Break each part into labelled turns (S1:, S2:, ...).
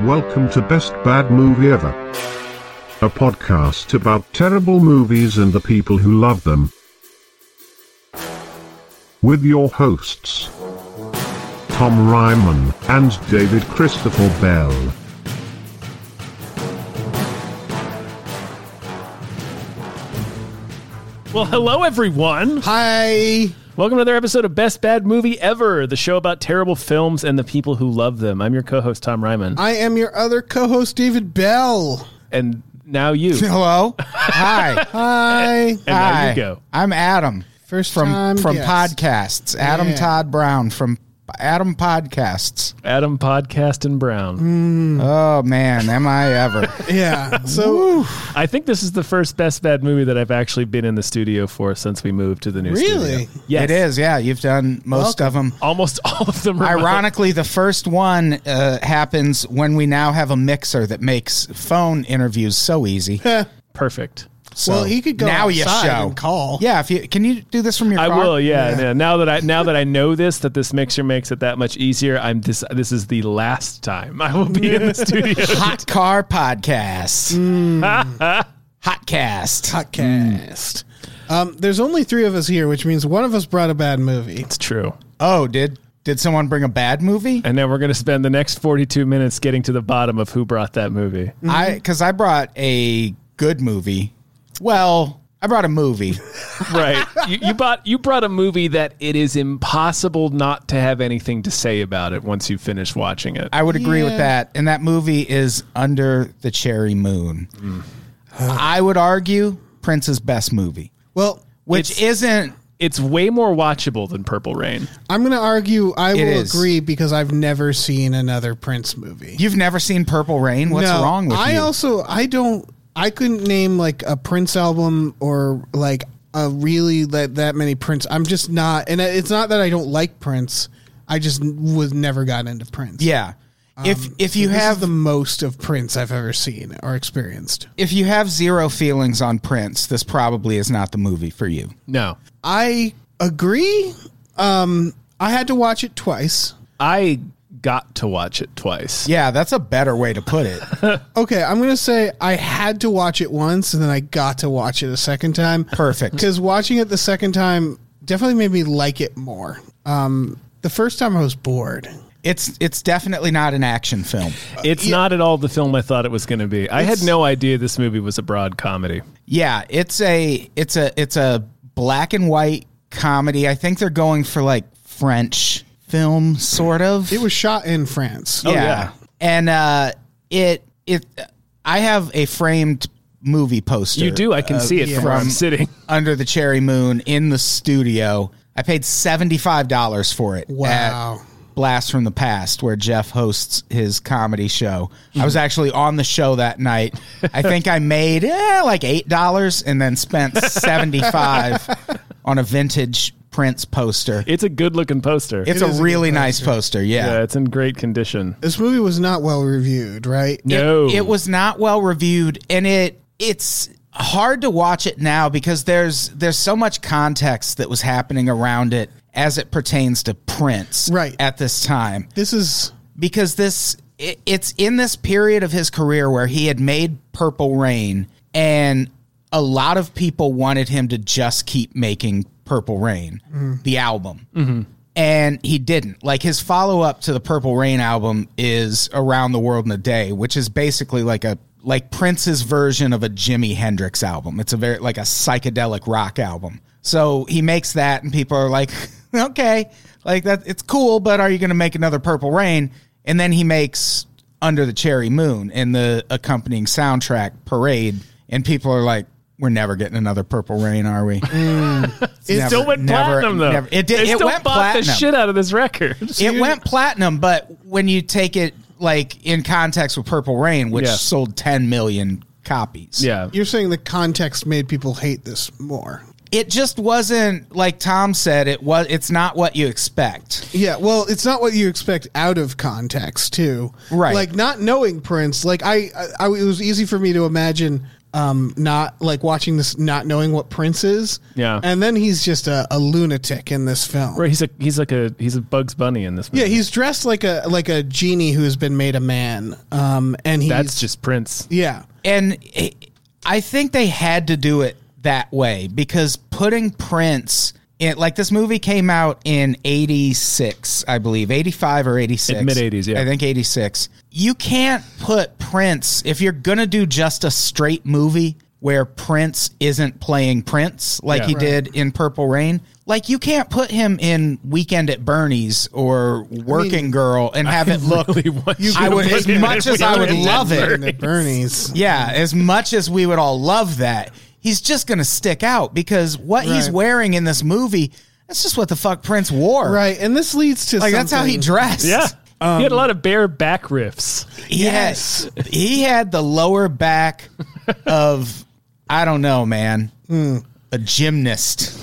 S1: Welcome to Best Bad Movie Ever, a podcast about terrible movies and the people who love them. With your hosts, Tom Ryman and David Christopher Bell.
S2: Well, hello everyone.
S3: Hi.
S2: Welcome to another episode of Best Bad Movie Ever, the show about terrible films and the people who love them. I'm your co-host Tom Ryman,
S3: I am your other co-host David Bell.
S2: and now you.
S4: Hello. Hi.
S3: Hi.
S2: And now you go.
S4: I'm Adam.
S3: First
S4: From
S3: time
S4: from
S3: guest.
S4: podcasts. Adam
S3: Yeah.
S4: Todd Brown from Adam Podcasts.
S2: Adam Podcast and Brown. Mm.
S4: Oh man, am I ever.
S3: Yeah. So
S2: I think this is the first Best Bad Movie that I've actually been in the studio for since we moved to the new
S3: Really?
S2: studio. Yes.
S4: It is. Yeah, you've done most of 'em. of them.
S2: Almost all of them are
S4: Ironically, the first one uh, happens when we now have a mixer that makes phone interviews so easy.
S2: perfect.
S4: So
S3: Well, he could go
S4: now you
S3: outside
S4: show.
S3: and call.
S4: Yeah, if you can, you do this from your.
S2: I
S4: car?
S2: will, yeah, yeah. Now that I now that I know this, that this mixer makes it that much easier. I'm this. This is the last time I will be in the studio.
S4: Hot car podcast.
S3: Mm.
S4: Hotcast.
S3: podcast. Um, there's only three of us here, which means one of us brought a bad movie.
S2: It's true.
S4: Oh, did did someone bring a bad movie?
S2: And then we're going to spend the next 42 minutes getting to the bottom of who brought that movie.
S3: Mm-hmm.
S4: I because I brought a good movie. Well, I brought a movie.
S2: right. You, you bought you brought a movie that it is impossible not to have anything to say about it once you finish watching it.
S4: I would agree
S3: Yeah.
S4: with that. And that movie is Under the Cherry Moon.
S3: Mm.
S4: I would argue Prince's best movie,
S3: Well,
S4: which
S2: It's-
S4: isn't.
S2: It's way more watchable than Purple Rain.
S3: I'm going to argue I
S4: It
S3: will
S4: is.
S3: agree because I've never seen another Prince movie.
S4: You've never seen Purple Rain. What's
S3: No,
S4: wrong with
S3: I
S4: you?
S3: also I don't I couldn't name like a Prince album or like a really that that many Prince. I'm just not, and it's not that I don't like Prince. I just n- was never got into Prince.
S4: yeah. if if you
S3: Um, This is
S4: have
S3: the most of Prince I've ever seen or experienced.
S4: if you have zero feelings on Prince, this probably is not the movie for you.
S2: No.
S3: I agree. Um, I had to watch it twice.
S2: I got to watch it twice.
S4: Yeah, that's a better way to put it.
S3: Okay, I'm gonna say I had to watch it once, and then I got to watch it a second time.
S4: Perfect.
S3: because watching it the second time definitely made me like it more. Um, the first time I was bored.
S4: It's it's definitely not an action film.
S2: It's not at all the film I thought it was going to be. I had no idea this movie was a broad comedy.
S4: Yeah, it's a it's a it's a black and white comedy. I think they're going for like French film sort of.
S3: It was shot in France.
S4: yeah.
S2: oh, yeah.
S4: And uh it it I have a framed movie poster.
S2: You do. I can see it uh, from where I'm
S4: from-
S2: sitting.
S4: Under the Cherry Moon in the studio. I paid $75 for it.
S3: Wow.
S4: at Blast from the Past, where Jeff hosts his comedy show. I was actually on the show that night. I think I made eh, like $8 and then spent 75 on a vintage Prince poster.
S2: It's a good looking poster.
S4: It's
S3: It is a
S4: a
S3: good
S4: really nice poster. Yeah.
S2: yeah, it's in great condition.
S3: This movie was not well reviewed, right?
S4: It-
S2: No.
S4: It, was not well reviewed and it it's hard to watch it now because there's there's so much context that was happening around it as it pertains to Prince
S3: Right.
S4: at this time
S3: This is
S4: because this it, it's in this period of his career where he had made Purple Rain and a lot of people wanted him to just keep making Purple Rain the album. And he didn't. Like his follow up to the Purple Rain album is Around the World in a Day, which is basically like a like Prince's version of a Jimi Hendrix album. It's a very like a psychedelic rock album. So he makes that and people are like, "Okay, like that it's cool, but are you going to make another Purple Rain?" And then he makes Under the Cherry Moon and the accompanying soundtrack Parade and people are like, "We're never getting another Purple Rain, are we?"
S2: it
S4: never-
S2: still went
S4: never-
S2: platinum though.
S4: never- it did-
S2: They
S4: it
S2: still
S4: went
S2: bought the
S4: platinum.
S2: shit out of this record.
S4: it went platinum, but when you take it like in context with Purple Rain, which
S2: Yeah.
S4: sold 10 million copies,
S2: Yeah.
S3: you're saying the context made people hate this more.
S4: it just wasn't like Tom said. It was. It's not what you expect.
S3: Yeah, well, it's not what you expect out of context, too.
S4: Right.
S3: Like not knowing Prince, like I, I, I- it was easy for me to imagine um, not like watching this, not knowing what Prince is.
S2: Yeah.
S3: And then he's just a, a lunatic in this film.
S2: Right, he's a he's like a he's a Bugs Bunny in this. Movie.
S3: Yeah, he's dressed like a like a genie who has been made a man. Um, and he's
S2: that's just Prince.
S3: yeah.
S4: and it- I think they had to do it that way because putting Prince in like this movie came out in 86 I believe 85 or 86
S2: In mid-eighties, yeah.
S4: I think 86 you can't put Prince if you're going to do just a straight movie where Prince isn't playing Prince like
S2: Yeah.
S4: he
S2: Right.
S4: did in Purple Rain like you can't put him in Weekend at Bernie's or Working Girl and have it look
S2: Really want you
S4: I
S2: to
S4: would-
S2: put
S4: as
S2: him in
S4: much as
S2: Weekend
S4: I would
S2: at
S4: love it.
S2: Bernie's.
S3: The Bernie's.
S4: Yeah, as much as we would all love that, he's just going to stick out because what he's
S3: Right.
S4: wearing in this movie, that's just what the fuck Prince wore.
S3: Right. And this leads to
S4: Like that's how he
S3: something-
S4: dressed.
S2: Yeah, he
S4: Um,
S2: had a lot of bare back riffs.
S4: He yes. Had, he had the lower back of I don't know, man.
S3: Hmm.
S4: A gymnast.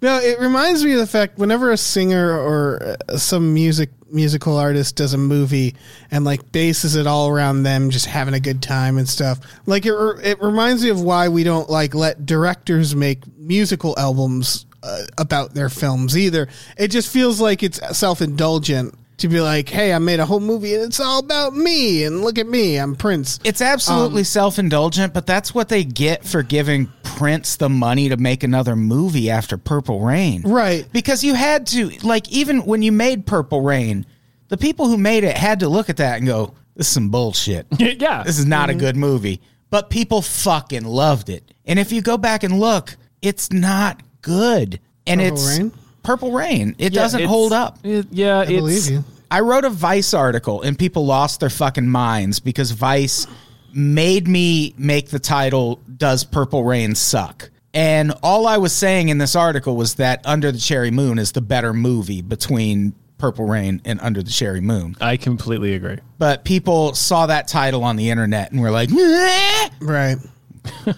S3: No, it reminds me of the fact whenever a singer or uh, some music musical artist does a movie and like bases it all around them just having a good time and stuff. Like it, re- it reminds me of why we don't like let directors make musical albums uh, about their films either. It just feels like it's self indulgent to be like, "Hey, I made a whole movie and it's all about me and look at me, I'm Prince."
S4: It's absolutely
S3: Um,
S4: self indulgent, but that's what they get for giving Prince the money to make another movie after Purple Rain.
S3: Right.
S4: Because you had to, like, even when you made Purple Rain, the people who made it had to look at that and go, this is some bullshit.
S2: yeah,
S4: This is not
S3: Mm-hmm.
S4: a good movie. But people fucking loved it. And if you go back and look, it's not good. And
S3: Purple
S4: it's
S3: Rain?
S4: Purple Rain. It doesn't
S2: It's-
S4: hold up.
S2: it- yeah, I
S3: believe you.
S4: I wrote a Vice article and people lost their fucking minds because Vice made me make the title Does Purple Rain Suck? And all I was saying in this article was that Under the Cherry Moon is the better movie between Purple Rain and Under the Cherry Moon.
S2: I completely agree.
S4: But people saw that title on the internet and were like, "Meh."
S3: Right.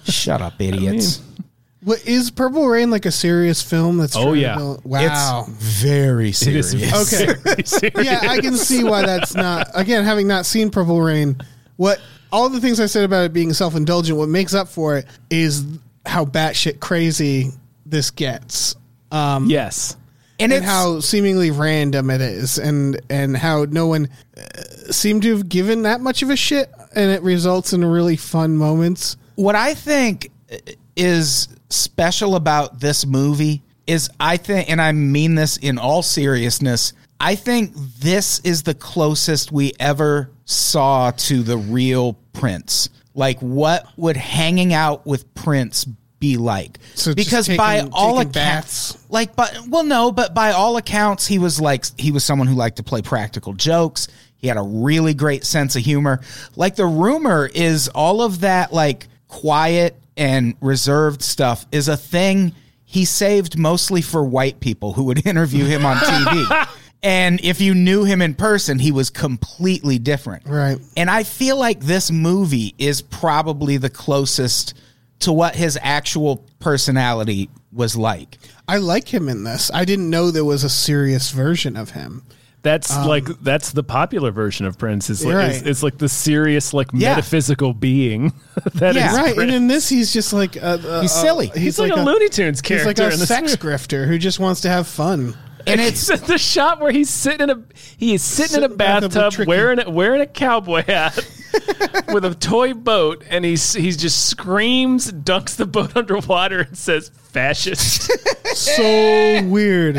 S4: shut up, idiots.
S3: What is Purple Rain like a serious film that's
S2: Oh,
S3: trying to
S2: yeah.
S3: build- Wow.
S4: It's very serious.
S3: Okay. yeah, I can see why that's not. Again, having not seen Purple Rain, what all the things I said about it being self indulgent, what makes up for it is how batshit crazy this gets,
S4: Um,
S2: Yes.
S4: And,
S3: and
S4: it's,
S3: how seemingly random it is, and and how no one uh, seemed to have given that much of a shit, and it results in really fun moments.
S4: what I think is special about this movie is I think, and I mean this in all seriousness, I think this is the closest we ever saw to the real Prince. Like, what would hanging out with Prince be like?
S3: So just
S4: because
S3: taking-
S4: by all
S3: taking
S4: accounts,
S3: baths.
S4: like, but well, no, but by all accounts, he was like he was someone who liked to play practical jokes. He had a really great sense of humor. Like the rumor is all of that like quiet and reserved stuff is a thing he saved mostly for white people who would interview him on TV. and if you knew him in person, he was completely different.
S3: Right.
S4: And I feel like this movie is probably the closest to what his actual personality was like.
S3: I like him in this. I didn't know there was a serious version of him.
S2: That's
S4: um,
S2: like that's the popular version of Prince. It's like
S3: Right.
S2: it's, it's like the serious, like
S4: Yeah.
S2: metaphysical being that
S4: Yeah.
S2: is
S3: Right, and
S2: Prince.
S3: in this, he's just like a, a-
S4: He's
S3: a-
S4: silly.
S2: He's, like, a, Looney Tunes
S3: He's
S2: character
S3: like a
S2: in the
S3: sex grifter who just wants to have fun.
S4: And it's
S2: the shot where he's sitting in a he is sitting, in
S3: Sitting
S2: a
S3: in the bathtub with
S2: bathtub
S3: Tricky.
S2: wearing a, wearing a cowboy hat with a toy boat and he's he's just screams dunks the boat underwater and says fascist
S3: So weird.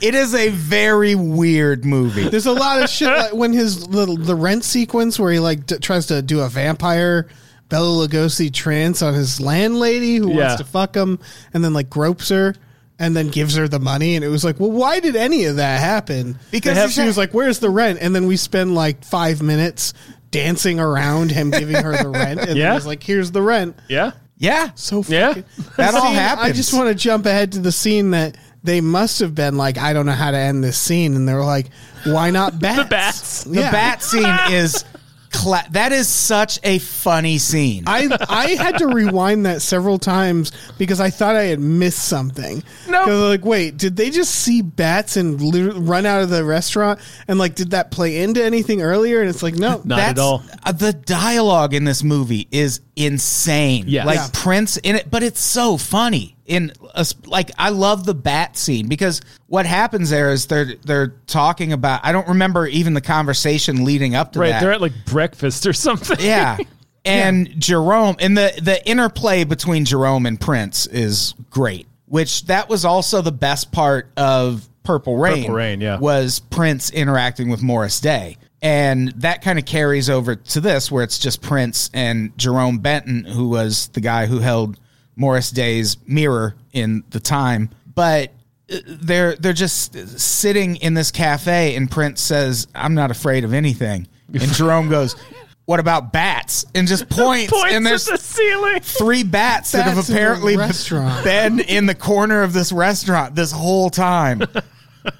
S4: it is a very weird movie.
S3: There's a lot of shit like when his little the rent sequence where he like d- tries to do a vampire Bella Lugosi trance on his landlady who
S2: Yeah.
S3: wants to fuck him and then like gropes her and then gives her the money and it was like, well, why did any of that happen?
S4: Because
S3: And
S4: he's
S3: she
S4: not-
S3: was like, "Where's the rent?" And then we spend like five minutes dancing around him giving her the rent and
S2: Yeah.
S3: then he's like, "Here's the rent."
S2: yeah
S4: Yeah.
S3: So
S2: Yeah.
S3: fucking,
S4: That all
S3: scene- I
S4: happens.
S3: just want to jump ahead to the scene that they must have been like, I don't know how to end this scene, and they were like, why not bats?
S2: bats.
S4: The bat scene is cla- that is such a funny scene.
S3: I I had to rewind that several times because I thought I had missed something.
S2: No.
S3: 'Cause I was like, wait, did they just see bats and literally run out of the restaurant? And like, did that play into anything earlier? And it's like, no,
S2: Not at all.
S4: uh, the dialogue in this movie is insane.
S2: Yes.
S4: Like
S2: Yeah.
S4: Prince in it, but it's so funny. In a s like, I love the bat scene because what happens there is they're they're talking about. I don't remember even the conversation leading up to
S2: Right,
S4: that.
S2: they're at like breakfast or something.
S4: yeah. And Jerome and the the interplay between Jerome and Prince is great. Which that was also the best part of Purple Rain.
S2: Purple Rain, yeah.
S4: Was Prince interacting with Morris Day. And that kind of carries over to this where it's just Prince and Jerome Benton, who was the guy who held Morris Day's mirror in the time. But uh, they're they're just sitting in this cafe and Prince says, I'm not afraid of anything. And Jerome goes, What about bats? And just points,
S2: Points
S4: and there's
S2: at the ceiling.
S4: three bats, that have
S3: Bats in the
S4: apparently
S3: restaurant.
S4: been in the corner of this restaurant this whole time.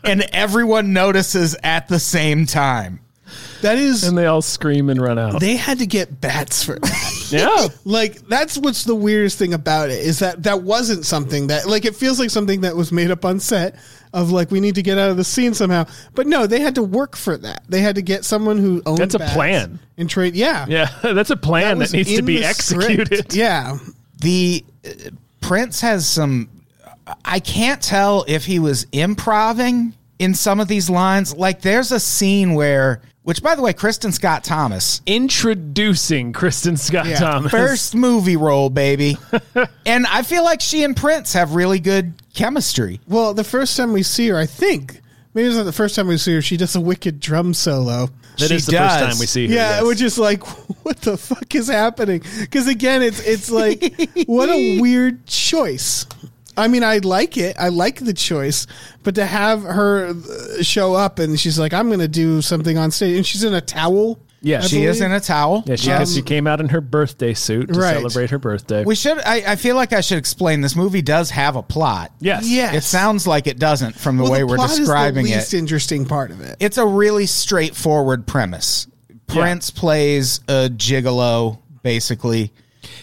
S4: and everyone notices at the same time.
S3: that is.
S2: And they all scream and run out.
S3: They had to get bats for that.
S2: yeah.
S3: like that's what's the weirdest thing about it is that that wasn't something that like it feels like something that was made up on set of like we need to get out of the scene somehow but no they had to work for that they had to get someone who owned
S2: That's a
S3: bats
S2: plan.
S3: and trade yeah
S2: Yeah. That's a plan that,
S3: was
S2: needs to
S3: in
S2: be
S3: the script.
S2: executed.
S3: yeah
S4: the uh, prince has some i can't tell if he was improving in some of these lines like there's a scene where which by the way kristen scott thomas
S2: Introducing Kristen Scott
S3: Yeah,
S2: Thomas.
S4: first movie role baby and i feel like she and prince have really good chemistry
S3: Well, the first time we see her, I think maybe it's not the first time we see her. She does a wicked drum solo.
S2: That
S4: She
S2: is the first
S4: does.
S2: time we see her.
S3: Yeah,
S2: yes.
S3: which is like, what the fuck is happening? Because again, it's it's like, what a weird choice. I mean, I like it. I like the choice, but to have her uh, show up and she's like, "I'm going to do something on stage," and she's in a towel.
S2: Yeah.
S3: I
S4: she is
S3: believe.
S4: in a towel
S2: Yeah, she, she came out in her birthday suit to
S3: Right.
S2: celebrate her birthday.
S4: we should I, I feel like i should explain this movie does have a plot
S2: yes.
S3: Yeah.
S4: it sounds like it doesn't from the
S3: Well,
S4: way
S3: the
S4: we're
S3: plot is
S4: describing
S3: the
S4: it
S3: least interesting part of it.
S4: it's a really straightforward premise. Prince plays a gigolo, basically.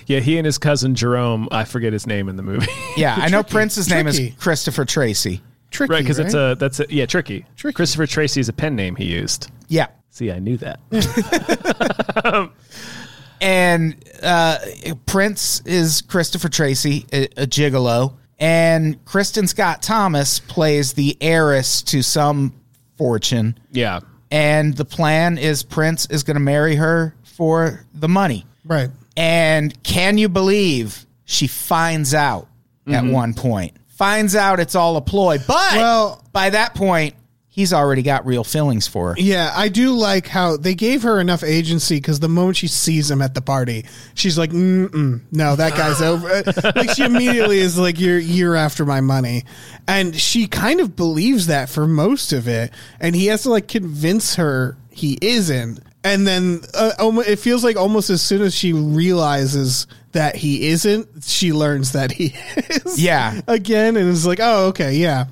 S2: Yeah, he and his cousin Jerome, I forget his name in the movie.
S4: Yeah, I know Prince's name is
S3: tricky.
S4: Christopher Tracy.
S3: Tricky,
S2: right, because it's a that's a yeah, tricky.
S3: Tricky.
S2: Christopher Tracy is a pen name he used.
S4: Yeah.
S2: See, I knew that.
S4: And uh, Prince is Christopher Tracy, a, a gigolo. And Kristen Scott Thomas plays the heiress to some fortune.
S2: yeah.
S4: And the plan is Prince is going to marry her for the money.
S3: right.
S4: And can you believe she finds out
S2: Mm-hmm.
S4: at one point? Finds out it's all a ploy. But
S3: Well-
S4: by that point, he's already got real feelings for her.
S3: Yeah, I do like how they gave her enough agency because the moment she sees him at the party, she's like, Mm-mm, "No, that guy's over." like she immediately is like, "You're you're after my money," and she kind of believes that for most of it, and he has to like convince her he isn't, and then uh, almo- it feels like almost as soon as she realizes that he isn't, she learns that he is.
S4: Yeah.
S3: again, and is like, "Oh, okay, yeah."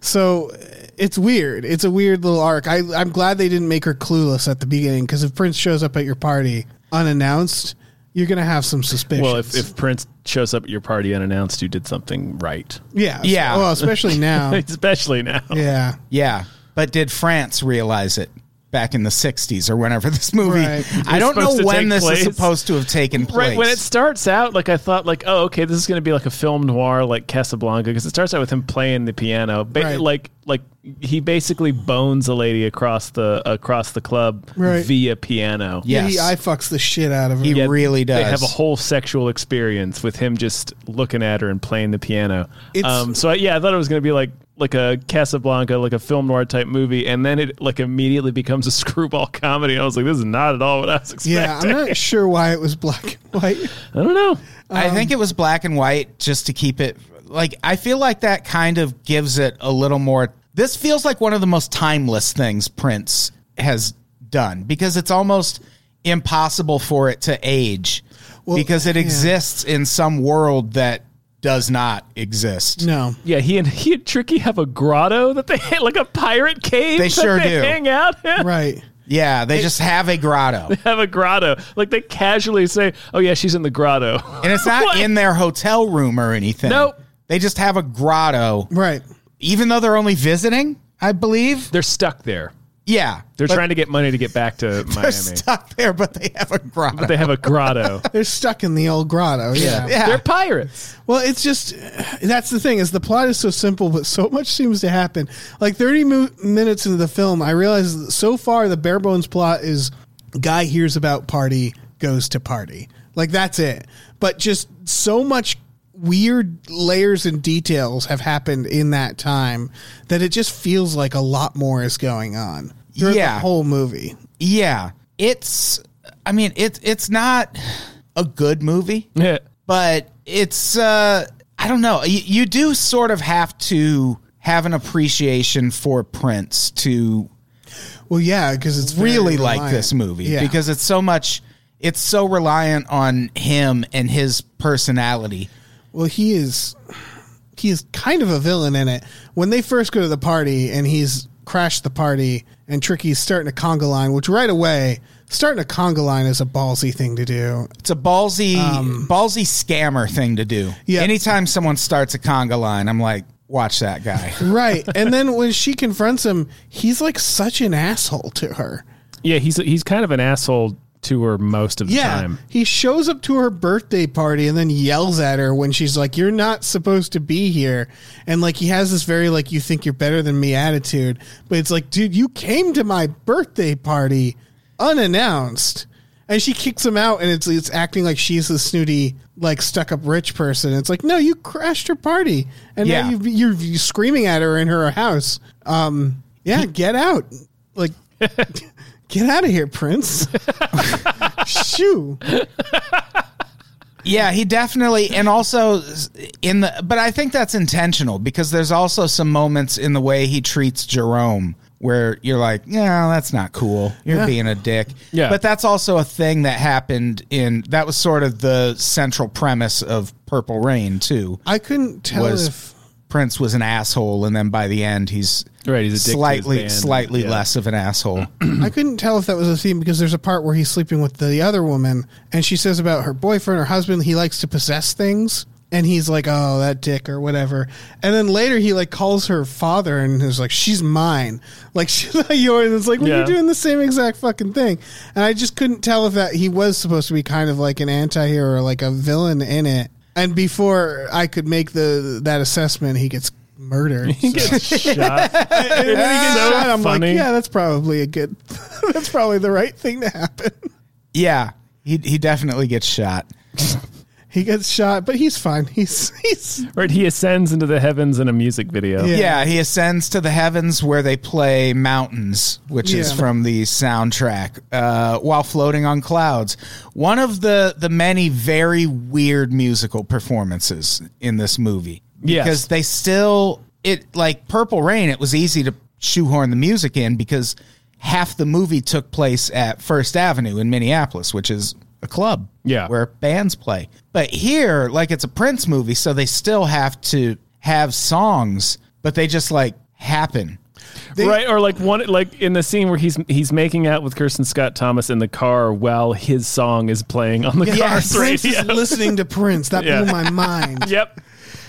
S3: So it's weird. It's a weird little arc. I, I'm glad they didn't make her clueless at the beginning because if Prince shows up at your party unannounced, you're gonna have some suspicions.
S2: Well, if, if Prince shows up at your party unannounced, you did something right.
S3: yeah,
S4: Yeah.
S3: well, especially now,
S2: Especially now.
S3: yeah,
S4: Yeah. But did France realize it back in the 60s or whenever this movie?
S3: Right.
S4: I don't
S2: supposed
S4: know
S2: to
S4: when
S2: take
S4: this
S2: place.
S4: is supposed to have taken place.
S2: Right when it starts out, like I thought, like oh, okay, this is going to be like a film noir, like Casablanca, because it starts out with him playing the piano, ba-
S3: Right.
S2: like like he basically bones a lady across the across the club
S3: Right.
S2: via piano.
S4: Yes.
S3: He I fucks the shit out of her.
S4: He-
S2: Yet
S4: really does.
S2: They have a whole sexual experience with him just looking at her and playing the piano.
S3: It's-
S2: Um, so I, yeah, I thought it was going to be like like a Casablanca, like a film noir type movie, and then it like immediately becomes a screwball comedy. I was like, this is not at all what I was expecting.
S3: yeah, I'm not sure why it was black and white.
S2: I don't know.
S4: I think it was black and white just to keep it like I feel like that kind of gives it a little more this feels like one of the most timeless things Prince has done because it's almost impossible for it to age because it
S3: yeah.
S4: exists in some world that does not exist.
S3: No,
S2: Yeah, he and he and Tricky have a grotto that they like a pirate cave.
S4: They
S2: that
S4: sure
S2: they
S4: do.
S2: Hang out. in.
S3: right.
S4: Yeah, they just have a grotto.
S2: Have a grotto. Like they casually say, "Oh yeah, she's in the grotto."
S4: And it's not
S2: What?
S4: in their hotel room or anything.
S2: Nope.
S4: They just have a grotto.
S3: Right.
S4: Even though they're only visiting, I believe.
S2: They're stuck there.
S4: Yeah.
S2: They're
S4: but
S2: trying to get money to get back to Miami.
S4: they're stuck there, but they have a grotto.
S2: They have a grotto.
S3: They're stuck in the old grotto. Yeah.
S4: yeah.
S2: They're pirates.
S3: Well, it's just that's the thing is the plot is so simple, but so much seems to happen. Like thirty mo- minutes into the film, I realized that so far the bare bones plot is guy hears about party goes to party. Like that's it. But just so much weird layers and details have happened in that time that it just feels like a lot more is going on. throughout
S4: Yeah.
S3: the whole movie.
S4: yeah. It's I mean, it's it's not a good movie.
S2: Yeah.
S4: but it's uh i don't know you, you do sort of have to have an appreciation for prince to
S3: Well, yeah, because it's very
S4: really like
S3: reliant.
S4: this movie
S3: Yeah.
S4: because it's so much it's so reliant on him and his personality
S3: Well, he is he is kind of a villain in it. When they first go to the party and he's crashed the party and Tricky's starting a conga line, which right away starting a conga line is a ballsy thing to do.
S4: it's a ballsy ballsy scammer thing to do
S3: Um, Yeah.
S4: anytime someone starts a conga line i'm like watch that guy
S3: Right. and then when she confronts him, he's like such an asshole to her.
S2: Yeah, he's he's kind of an asshole to her most of the
S3: Yeah.
S2: time.
S3: He shows up to her birthday party and then yells at her when she's like, You're not supposed to be here. And like, he has this very, like, you think you're better than me attitude. But it's like, dude, you came to my birthday party unannounced. And she kicks him out and it's, it's acting like she's the snooty, like, stuck up rich person. It's like, no, you crashed her party. And
S4: Yeah.
S3: now you've, you're, you're screaming at her in her house. Um, yeah, get out. Like, get out of here, Prince. Shoo.
S4: Yeah, he definitely, and also in the, but I think that's intentional because there's also some moments in the way he treats Jerome where you're like, yeah, that's not cool. You're
S3: Yeah.
S4: being a dick.
S2: Yeah.
S4: But that's also a thing that happened in, that was sort of the central premise of Purple Rain, too.
S3: I couldn't tell
S4: Was
S3: if
S4: Prince was an asshole, and then by the end, he's
S2: Right, he's a dick to his
S4: slightly,
S2: band.
S4: slightly
S2: Yeah.
S4: less of an asshole.
S3: I couldn't tell if that was a theme because there's a part where he's sleeping with the other woman and she says about her boyfriend or husband he likes to possess things and he's like oh that dick or whatever and then later he like calls her father and is like she's mine like she's not yours and it's like well,
S2: Yeah.
S3: you're doing the same exact fucking thing and I just couldn't tell if that he was supposed to be kind of like an anti-hero or like a villain in it and before I could make the that assessment he gets murdered so.
S2: Shot.
S3: And then he gets
S2: So
S3: shot. I'm
S2: funny.
S3: like, yeah, that's probably a good. that's probably the right thing to happen.
S4: yeah, he, he definitely gets shot.
S3: He gets shot, but he's fine. He's he's
S2: Right, he ascends into the heavens in a music video.
S3: Yeah.
S4: Yeah, he ascends to the heavens where they play Mountains, which is
S3: Yeah.
S4: from the soundtrack, uh, while floating on clouds. One of the, the many very weird musical performances in this movie.
S2: Yes.
S4: Because they still, it like Purple Rain, it was easy to shoehorn the music in because half the movie took place at First Avenue in Minneapolis, which is a club
S2: Yeah.
S4: where bands play. But here, like it's a Prince movie, so they still have to have songs, but they just like happen.
S2: right, or like one like in the scene where he's he's making out with Kirsten Scott Thomas in the car while his song is playing on the
S4: Yes.
S2: car's
S3: Prince
S2: radio.
S3: is listening to Prince. That
S2: Yeah.
S3: blew my mind
S2: Yep.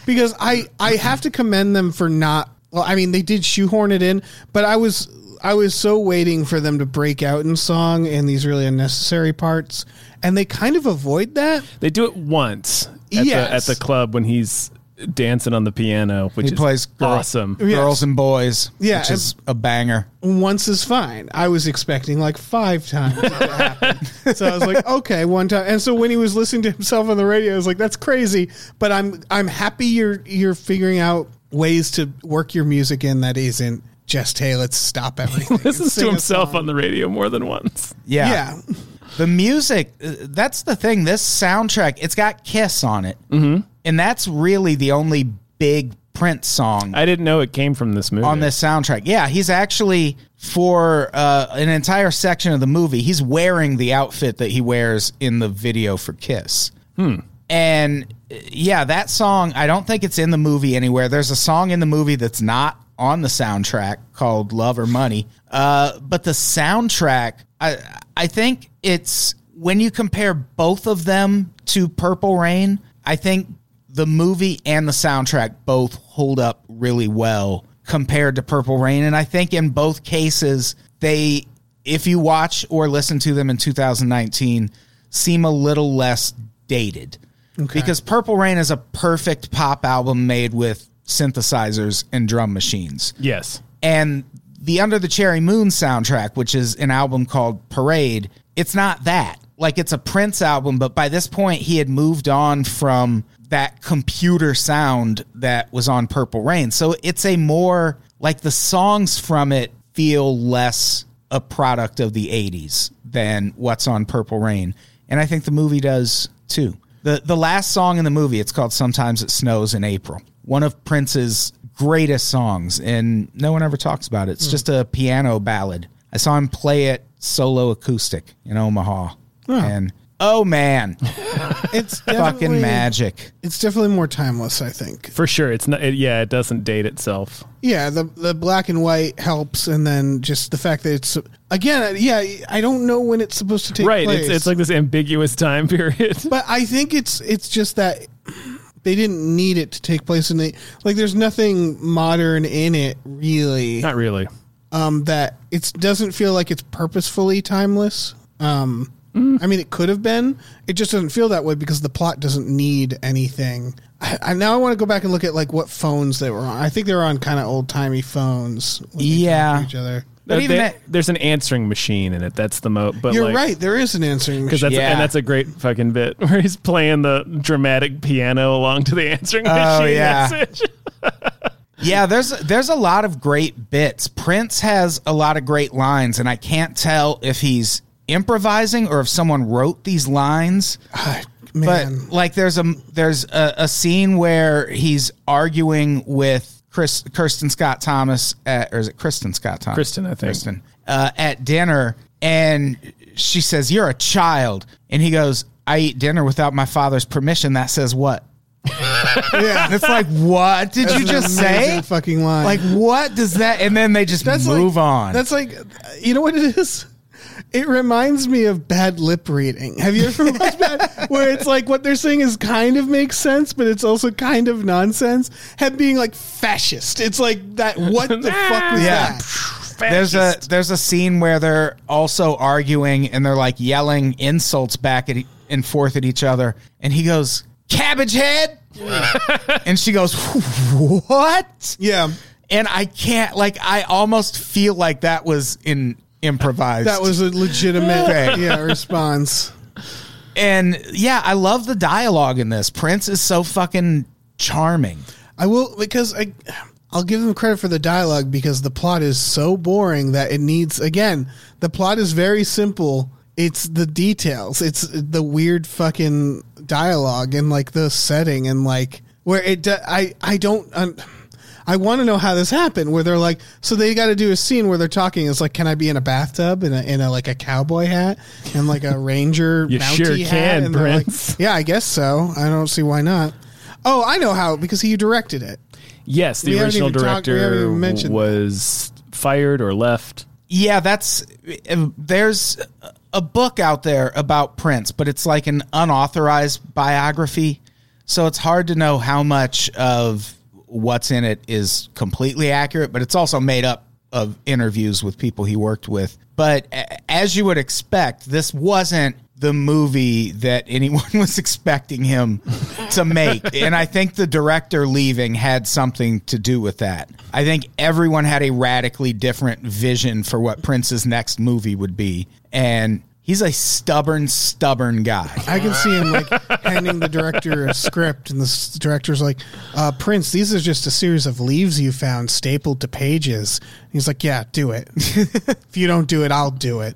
S3: because I I have to commend them for not. Well, I mean, they did shoehorn it in, but I was I was so waiting for them to break out in song and these really unnecessary parts, and they kind of avoid that.
S2: They do it once at,
S3: Yes.
S2: the, at the club when he's dancing on the piano, which
S4: He
S2: is
S4: plays girl-
S2: awesome.
S4: Girls and Boys,
S3: Yeah,
S4: which is a banger.
S3: once is fine. I was expecting like five times. it to happen. so I was like, okay, one time. And so when he was listening to himself on the radio, I was like, that's crazy. But I'm I'm happy you're you're figuring out ways to work your music in that isn't just hey, let's stop everything. and
S2: Listens
S3: sing
S2: to
S3: a
S2: himself
S3: song."
S2: on the radio more than once.
S4: Yeah.
S3: Yeah.
S4: The music, uh, that's the thing. This soundtrack, it's got Kiss on it. Mm-hmm. And that's really the only big Prince song
S2: I didn't know it came from this movie.
S4: on this soundtrack. Yeah, he's actually for uh, an entire section of the movie, he's wearing the outfit that he wears in the video for Kiss. And uh, yeah, that song, I don't think it's in the movie anywhere. There's a song in the movie that's not on the soundtrack called Love or Money. Uh, but the soundtrack, I I think it's when you compare both of them to Purple Rain, I think the movie and the soundtrack both hold up really well compared to Purple Rain. And I think in both cases, they, if you watch or listen to them in 2019, seem a little less dated. Because Purple Rain is a perfect pop album made with synthesizers and drum machines
S2: Yes.
S4: and the Under the Cherry Moon soundtrack, which is an album called Parade, it's not that. Like it's a Prince album, but by this point he had moved on from that computer sound that was on Purple Rain. So it's a more like the songs from it feel less a product of the 80s than what's on Purple Rain. And I think the movie does too. The the last song in the movie, it's called Sometimes It Snows in April. One of Prince's greatest songs, and no one ever talks about it. It's just a piano ballad. I saw him play it solo acoustic in Omaha. And oh man,
S3: It's
S4: fucking
S3: definitely-
S4: magic.
S3: It's definitely more timeless, I think.
S2: For sure. It's not, it, yeah, it doesn't date itself.
S3: Yeah, the the black and white helps, and then just the fact that it's again, yeah, I don't know when it's supposed to take
S2: right.
S3: place.
S2: It's, it's like this ambiguous time period.
S3: but I think it's it's just that they didn't need it to take place, and they like there's nothing modern in it really.
S2: not really.
S3: um, that it doesn't feel like it's purposefully timeless. Um,
S4: Mm.
S3: I mean, it could have been. It just doesn't feel that way because the plot doesn't need anything. I, I now I want to go back and look at like what phones they were on. I think they were on kind of old timey phones. when they talked to
S4: Yeah.
S3: each other.
S4: But
S2: Uh,
S4: even
S2: they-
S4: that-
S2: there's an answering machine in it. That's the mo. But
S3: You're
S2: like,
S3: right. There is an answering
S2: Because
S3: machine.
S2: that's
S4: Yeah.
S2: and that's a great fucking bit where he's playing the dramatic piano along to the
S3: Oh,
S2: answering machine
S4: yeah.
S2: message.
S4: Yeah, there's there's a lot of great bits. Prince has a lot of great lines, and I can't tell if he's improvising or if someone wrote these lines.
S3: Ah,
S4: But
S3: man,
S4: like, there's a there's a, a scene where he's arguing with Chris Kirsten Scott Thomas, at, or is it Kristen Scott Thomas?
S2: Kristen, I think.
S4: Kristen uh, at dinner, and she says, "You're a child," and he goes, "I eat dinner without my father's permission." That says what?
S3: yeah,
S4: It's like, what did
S3: That's
S4: you
S3: an
S4: just
S3: amazing
S4: say?
S3: fucking line.
S4: Like, what does that? And then they just
S3: like-
S4: move on.
S3: That's like, you know what it is? It reminds me of bad lip reading. Have you ever watched that? Where it's like what they're saying is kind of makes sense, but it's also kind of nonsense. Have being like fascist. It's like that. What the fuck was
S4: Yeah.
S3: that?
S4: there's a there's a scene where they're also arguing and they're like yelling insults back at e- and forth at each other, and he goes, "Cabbage head," and she goes, "What?"
S3: Yeah.
S4: And I can't like I almost feel like that was in improvised.
S3: That was a legitimate yeah, response.
S4: and yeah, I love the dialogue in this. Prince is so fucking charming.
S3: I will because I I'll give them credit for the dialogue because the plot is so boring that it needs again, the plot is very simple. It's the details. It's the weird fucking dialogue and like the setting and like where it do- I I don't un- I want to know how this happened where they're like so they got to do a scene where they're talking it's like can I be in a bathtub in a, in a like a cowboy hat and like a ranger
S2: You
S3: bounty
S2: sure
S3: hat
S2: can,
S3: and they're like,
S2: Prince.
S3: yeah, I guess so. I don't see why not. Oh, I know how because he directed it.
S2: Yes, the
S3: We haven't
S2: original
S3: even talked- we haven't
S2: director
S3: even mentioned
S2: was fired or left.
S4: Yeah, that's eh, there's a book out there about Prince, but it's like an unauthorized biography, so it's hard to know how much of what's in it is completely accurate, but it's also made up of interviews with people he worked with. But a- as you would expect, this wasn't the movie that anyone was expecting him to make. and I think the director leaving had something to do with that. I think everyone had a radically different vision for what Prince's next movie would be. And he's a stubborn, stubborn guy.
S3: I can see him like handing the director a script, and the s- director's like, uh, "Prince, these are just a series of leaves you found stapled to pages." And he's like, "Yeah, do it. if you don't do it, I'll do it."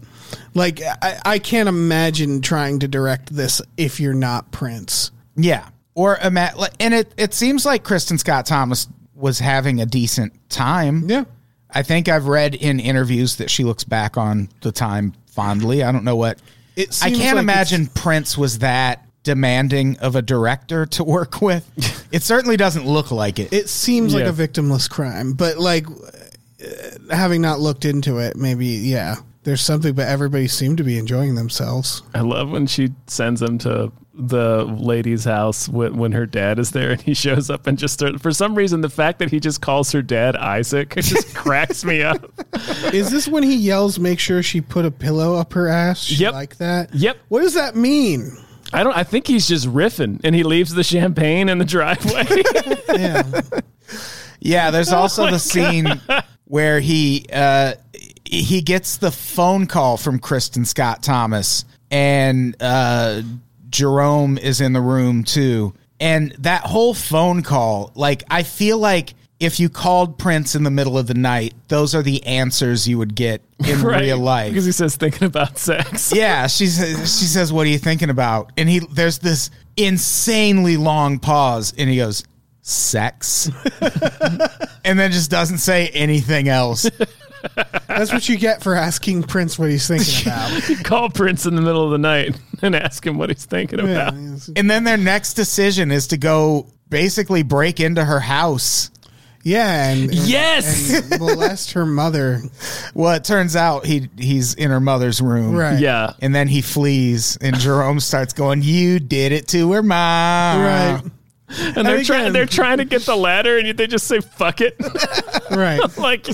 S3: Like I, I can't imagine trying to direct this if you're not Prince.
S4: Yeah. Or a ima- and it, it seems like Kristen Scott Thomas was having a decent time.
S3: Yeah.
S4: I think I've read in interviews that she looks back on the time fondly. I don't know what.
S3: It
S4: I
S3: seems
S4: can't
S3: like
S4: imagine Prince was that demanding of a director to work with. it certainly doesn't look like it.
S3: It seems like
S2: Yeah.
S3: a victimless crime, but like uh, having not looked into it, maybe yeah, there's something. But everybody seemed to be enjoying themselves.
S2: I love when she sends him to the lady's house when, when her dad is there and he shows up and just starts, for some reason the fact that he just calls her dad Isaac it just cracks me up.
S3: Is this when he yells, "Make sure she put a pillow up her ass"? She
S2: Yep.
S3: like that.
S2: Yep.
S3: What does that mean?
S2: I don't I think he's just riffing and he leaves the champagne in the driveway.
S3: Yeah.
S4: Yeah, there's also the scene where he uh, he gets the phone call from Kristen Scott Thomas, and uh, Jerome is in the room too. And that whole phone call, like, I feel like if you called Prince in the middle of the night, those are the answers you would get in real life.
S2: Because he says thinking about sex.
S4: Yeah, she says she says, "What are you thinking about?" And he there's this insanely long pause, and he goes, "Sex," and then just doesn't say anything else.
S3: That's what you get for asking Prince what he's thinking about.
S2: Call Prince in the middle of the night and ask him what he's thinking
S3: Yeah.
S2: about.
S4: And then their next decision is to go basically break into her house.
S3: Yeah, and, and-
S2: Yes.
S3: and molest her mother.
S4: Well, it turns out he he's in her mother's room,
S3: Right.
S2: yeah.
S4: And then he flees, and Jerome starts going, "You did it to her mom."
S3: Right.
S2: And they're
S3: And
S2: trying
S3: again-
S2: they're trying to get the ladder and they just say fuck it.
S3: Right.
S2: like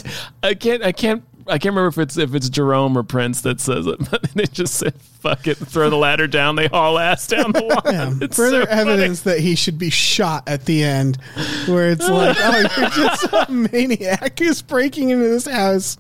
S2: I can't I can't I can't remember if it's if it's Jerome or Prince that says it, but they just said "fuck it," throw the ladder down. They haul ass down the lawn. It's
S3: Further
S2: so funny.
S3: evidence that he should be shot at the end, where it's like, oh, you're just a maniac who's breaking into this house.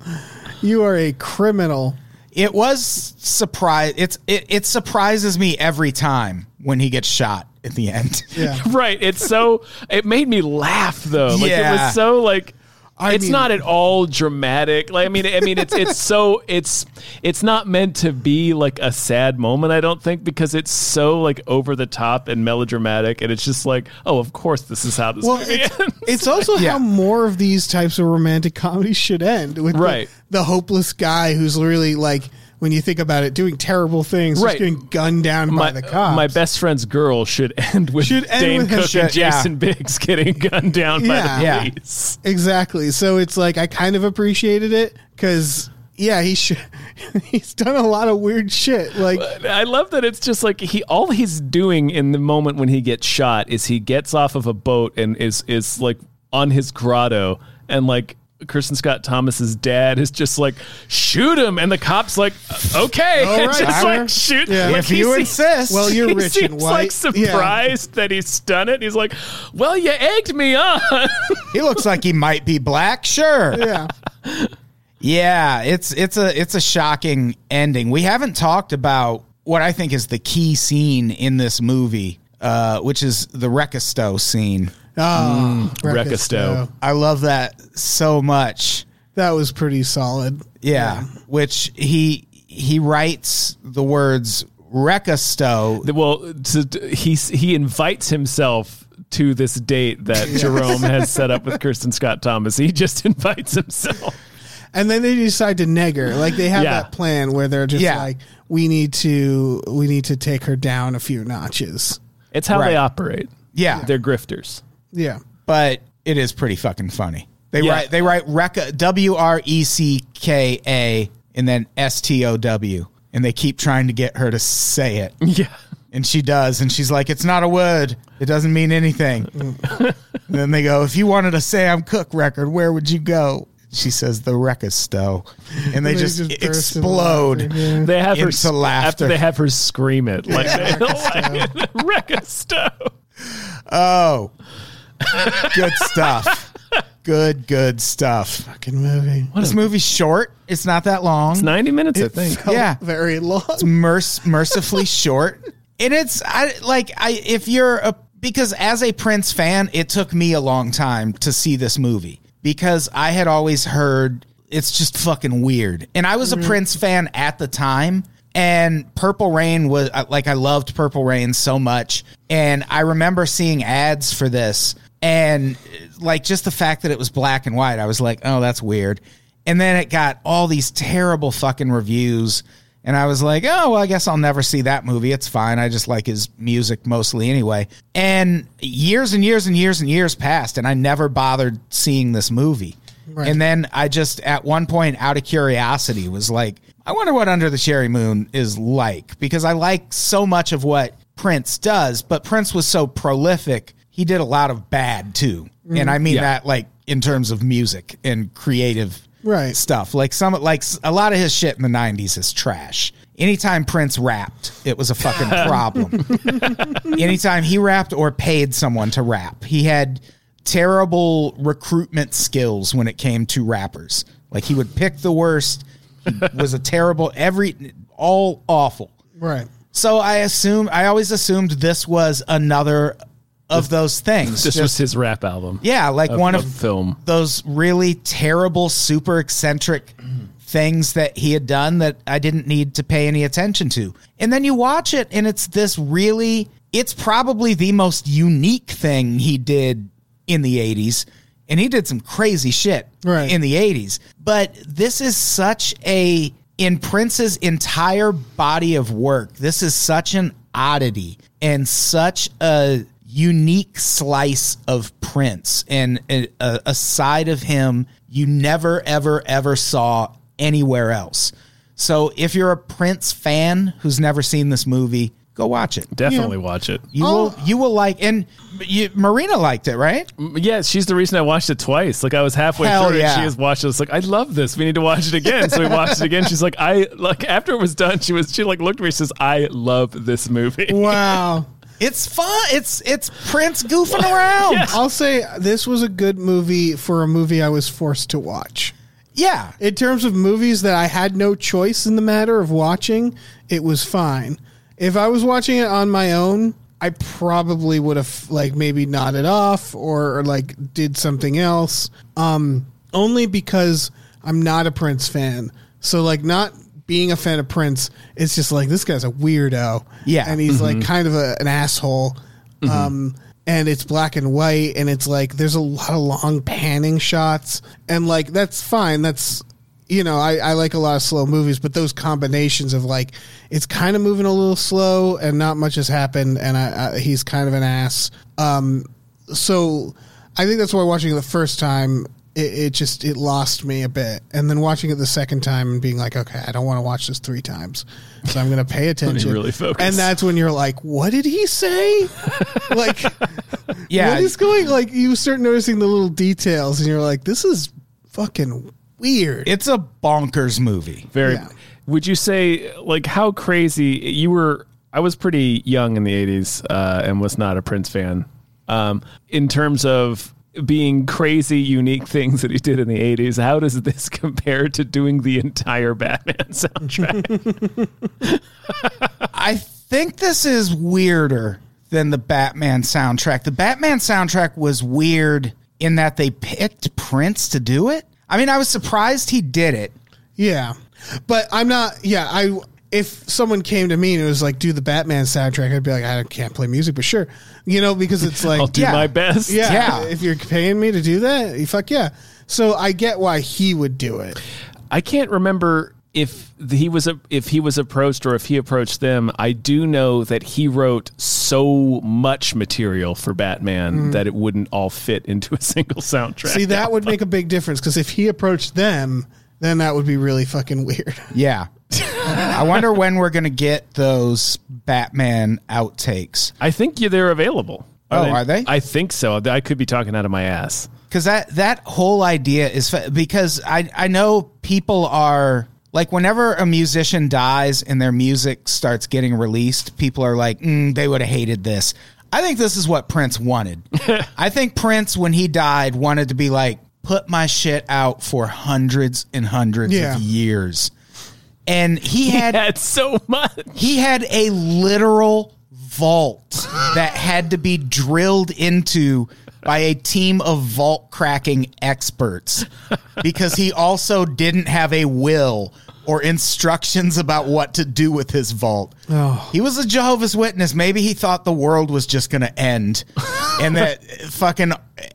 S3: You are a criminal.
S4: It was surprise. It's it, it surprises me every time when he gets shot at the end.
S3: Yeah.
S2: right? It's so it made me laugh though. Like it
S4: Yeah.
S2: was so like.
S3: I
S2: it's
S3: mean-
S2: not at all dramatic. Like I mean, I mean, it's it's so it's it's not meant to be like a sad moment. I don't think because it's so like over the top and melodramatic, and it's just like, oh, of course, this is how this
S3: Well,
S2: movie
S3: it's,
S2: ends.
S3: it's also
S4: Yeah.
S3: how more of these types of romantic comedies should end with the-
S2: Right.
S3: the, hopeless guy who's really like, when you think about it, doing terrible things,
S2: Right.
S3: just getting gunned down by the cops.
S2: my best friend's girl should end with
S3: Should end
S2: Dane
S3: with him
S2: Cook and
S4: shit, yeah.
S2: Jason Biggs getting gunned down
S3: Yeah.
S2: by
S4: Yeah.
S2: the police.
S3: Exactly. So it's like I kind of appreciated it because yeah, he should. He's done a lot of weird shit. Like
S2: I love that it's just like he all he's doing in the moment when he gets shot is he gets off of a boat and is is like on his grotto and like Kristen Scott Thomas's dad is just like shoot him and the cops like "Uh, okay
S3: All
S2: and
S3: right,
S2: just
S3: Tyler.
S2: like shoot
S3: Yeah.
S2: like
S4: if
S2: he
S4: you
S2: seems-
S4: insist,
S3: Well, you're
S2: he
S3: rich
S2: seems
S3: and
S2: like
S3: white. Yeah.
S2: surprised that he's done it. He's like, "Well, you egged me on."
S4: he looks like he might be black. Sure.
S3: yeah,
S4: Yeah, it's it's a it's a shocking ending. We haven't talked about what I think is the key scene in this movie, uh, which is the Rekisto scene.
S3: oh,
S2: Rekisto.
S4: I love that so much.
S3: That was pretty solid.
S4: Yeah, which he he writes the words Rekisto.
S2: The- Well, to, he he invites himself to this date that Jerome has set up with Kirsten Scott Thomas. He just invites himself.
S3: And then they decide to negger. Like they have
S2: Yeah.
S3: that plan where they're just
S4: Yeah.
S3: like, we need to, we need to take her down a few notches.
S2: It's how
S4: Right.
S2: they operate.
S4: Yeah,
S2: They're grifters.
S3: Yeah,
S4: but it is pretty fucking funny. They
S2: Yeah.
S4: write they write Recca W R E C K A and then S T O W, and they keep trying to get her to say it,
S2: Yeah.
S4: and she does, and she's like, "It's not a word. It doesn't mean anything." and then they go, "If you wanted a Sam Cook record, where would you go?" She says, "The Rekisto," and they,
S3: They
S4: just,
S3: just burst into
S4: explode.
S3: laughter, yeah.
S2: They have her
S4: Into laughter.
S2: after they have her scream it like they wreck a stove.
S4: Oh, good stuff. Good, good stuff.
S3: fucking movie.
S4: This movie's short. It's not that long.
S2: Ninety minutes, I think.
S3: Felt
S4: Yeah.
S3: very long.
S4: merc- mercifully short. And it's I like I if you're a because as a Prince fan, it took me a long time to see this movie because I had always heard it's just fucking weird. And I was a Prince fan at the time and Purple Rain was I- like I loved Purple Rain so much and I remember seeing ads for this and like just the fact that it was black and white, I was like, "Oh, that's weird." And then it got all these terrible fucking reviews And I was like, oh, well, I guess I'll never see that movie. It's fine. I just like his music mostly anyway. And years and years and years and years passed, and I never bothered seeing this movie.
S3: Right.
S4: And then I just, at one point, out of curiosity, was like, I wonder what Under the Cherry Moon is like because I like so much of what Prince does, but Prince was so prolific, he did a lot of bad too. And I mean
S2: Yeah.
S4: that like in terms of music and creative
S3: Right.
S4: stuff. Like some like s- a lot of his shit in the 90s is trash. Anytime Prince rapped, it was a fucking problem. Anytime he rapped or paid someone to rap, he had terrible recruitment skills when it came to rappers. Like he would pick the worst. He was a terrible every all awful.
S3: Right.
S4: So I assume I always assumed this was another of those things.
S2: This
S4: Just-
S2: was his rap album.
S4: yeah, like
S2: of-
S4: one
S2: of
S4: of
S2: film.
S4: those really terrible, super eccentric things that he had done that I didn't need to pay any attention to. And then you watch it, and it's this really, it's probably the most unique thing he did in the 80s. And he did some crazy shit
S3: Right.
S4: in the 80s. But this is such a, in Prince's entire body of work, this is such an oddity and such a unique slice of Prince and a, a- a side of him you never, ever, ever saw anywhere else. So if you're a Prince fan who's never seen this movie, go watch it.
S2: Definitely watch it.
S4: You will, you will like, and you, Marina liked it, right?
S2: Yeah, she's the reason I watched it twice. Like I was halfway
S4: Hell
S2: through
S4: yeah.
S2: and she was watching. it. I was like, I love this. We need to watch it again. So we watched it again. She's like, I like after it was done, she was she like looked at me. She says, I love this movie.
S3: Wow.
S4: It's fun. It's it's Prince goofing around. Yeah.
S3: I'll say this was a good movie for a movie I was forced to watch. In terms of movies that I had no choice in the matter of watching, it was fine. If I was watching it on my own, I probably would have like maybe nodded off or, or like did something else. Um, only because I'm not a Prince fan. So like not being a fan of Prince, it's just like this guy's a weirdo.
S4: Yeah.
S3: And he's like kind of a, an asshole. Um, and it's black and white, and it's like there's a lot of long panning shots, and like that's fine. That's you know I, I like a lot of slow movies, but those combinations of like it's kind of moving a little slow, and not much has happened, and I, I, he's kind of an ass. Um, so I think that's why watching it the first time it, it just it lost me a bit, and then watching it the second time and being like, okay, I don't want to watch this three times, so I'm going to pay attention,
S2: really focus.
S3: and that's when you're like, what did he say? like,
S4: Yeah.
S3: what is going? Like, you start noticing the little details, and you're like, this is fucking weird.
S4: It's a bonkers movie.
S2: Very.
S3: Yeah.
S2: Would you say like how crazy you were? I was pretty young in the '80s uh, and was not a Prince fan. Um, in terms of being crazy, unique things that he did in the '80s, how does this compare to doing the entire Batman soundtrack?
S4: I think this is weirder than the Batman soundtrack. The Batman soundtrack was weird in that they picked Prince to do it. I mean, I was surprised he did it.
S3: yeah, but I'm not. Yeah, I. If someone came to me and it was like, do the Batman soundtrack, I'd be like, I can't play music, but sure, you know, because it's like,
S2: I'll do
S4: Yeah.
S2: my best.
S3: yeah,
S4: Yeah.
S3: if you're paying me to do that, you fuck yeah. So I get why he would do it.
S2: I can't remember if the- he was a, if he was approached or if he approached them. I do know that he wrote so much material for Batman that it wouldn't all fit into a single soundtrack.
S3: See, that would make a big difference because if he approached them, then that would be really fucking weird.
S4: Yeah. I wonder when we're going to get those Batman outtakes.
S2: I think you- they're available.
S4: Oh, are they?
S2: I think so. I could be talking out of my ass.
S4: because that that whole idea is fa- because I I know people are like whenever a musician dies and their music starts getting released, people are like, mm, they would have hated this. I think this is what Prince wanted. I think Prince, when he died, wanted to be like, put my shit out for hundreds and hundreds
S3: Yeah.
S4: of years. And he had
S2: That's so much.
S4: he had a literal vault that had to be drilled into by a team of vault cracking experts because he also didn't have a will or instructions about what to do with his vault. He was a Jehovah's Witness. Maybe he thought the world was just going to end and that fucking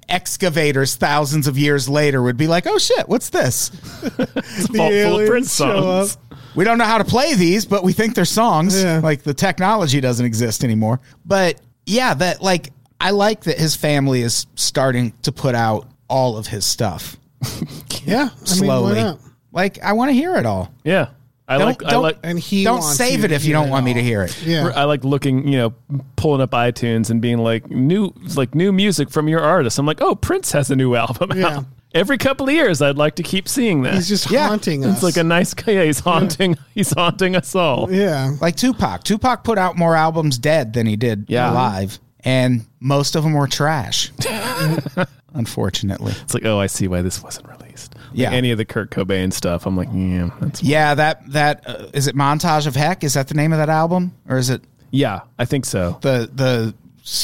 S4: excavators thousands of years later would be like, "Oh shit, what's this?"
S2: Vault full of Prince
S3: show
S2: songs.
S3: up.
S4: we don't know how to play these, but we think they're songs.
S3: Yeah.
S4: Like the technology doesn't exist anymore. But yeah, that like I like that his family is starting to put out all of his stuff
S3: Yeah, I
S4: slowly.
S3: Mean, why not?
S4: Like I want to hear it all.
S2: Yeah, I
S4: Don't-
S2: like I
S4: don't-
S2: like
S3: And he
S4: don't
S3: wants
S4: save
S3: you
S4: it
S3: to
S4: if you
S3: hear
S4: don't want me
S3: all.
S4: to hear it.
S3: Yeah,
S2: I like looking, you know, pulling up iTunes and being like new, like new music from your artist. I'm like, oh, Prince has a new album.
S3: Yeah.
S2: out. Every couple of years, I'd like to keep seeing that.
S3: he's just
S4: Yeah.
S3: haunting us.
S2: it's like a nice guy. Yeah, he's haunting. He's haunting us all.
S3: yeah,
S4: Like Tupac. Tupac put out more albums dead than he did
S2: Yeah.
S4: alive, and most of them were trash. Unfortunately.
S2: It's like, oh, I see why this wasn't released. Like
S4: Yeah.
S2: any of the Kurt Cobain stuff. I'm like, yeah, that's
S4: Yeah, that that uh, is it. Montage of Heck is that the name of that album, or is it
S2: yeah, I think so.
S4: the the